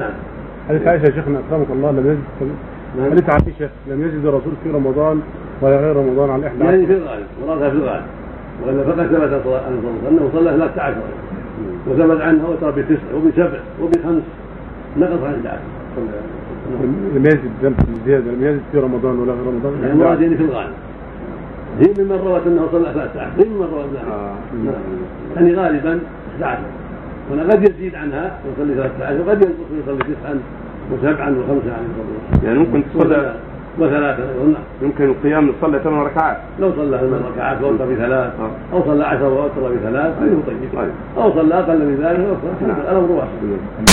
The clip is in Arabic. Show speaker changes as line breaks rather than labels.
نعم
حديث عائشه يا شيخنا اكرمك الله لم يجد
نعم.
حديث عائشه لم يجد الرسول في رمضان ولا غير رمضان على احدى
يعني
عشر
في الغالب مرادها في الغالب وإلا فقد ثبت صلى- عن صلى الله عليه وسلم أنه صلى 13 وثبت عنه وتر بتسع وبسبع وبخمس نقص عن 11 نعم.
لم يجد ذنب الزياده لم يجد في رمضان ولا غير رمضان
يعني
إلا عشر.
مرادين في الغالب هي ممن روت أنه صلى 13 هي ممن روت
آه.
نعم نعم. يعني غالبا 11 هنا قد يزيد عنها ويصلي 13 وقد ينقص ويصلي تسعا وسبعا وخمسا عن الفضل
يعني ممكن تصلى
وثلاثة أيضا نعم.
يمكن القيام يصلى ثمان ركعات
لو صلى ثمان ركعات وأوتر بثلاث
آه.
أو صلى عشر وأوتر بثلاث فإنه طيب
طيب
أو صلى أقل من ذلك وأكثر.
نعم.
الأمر واسع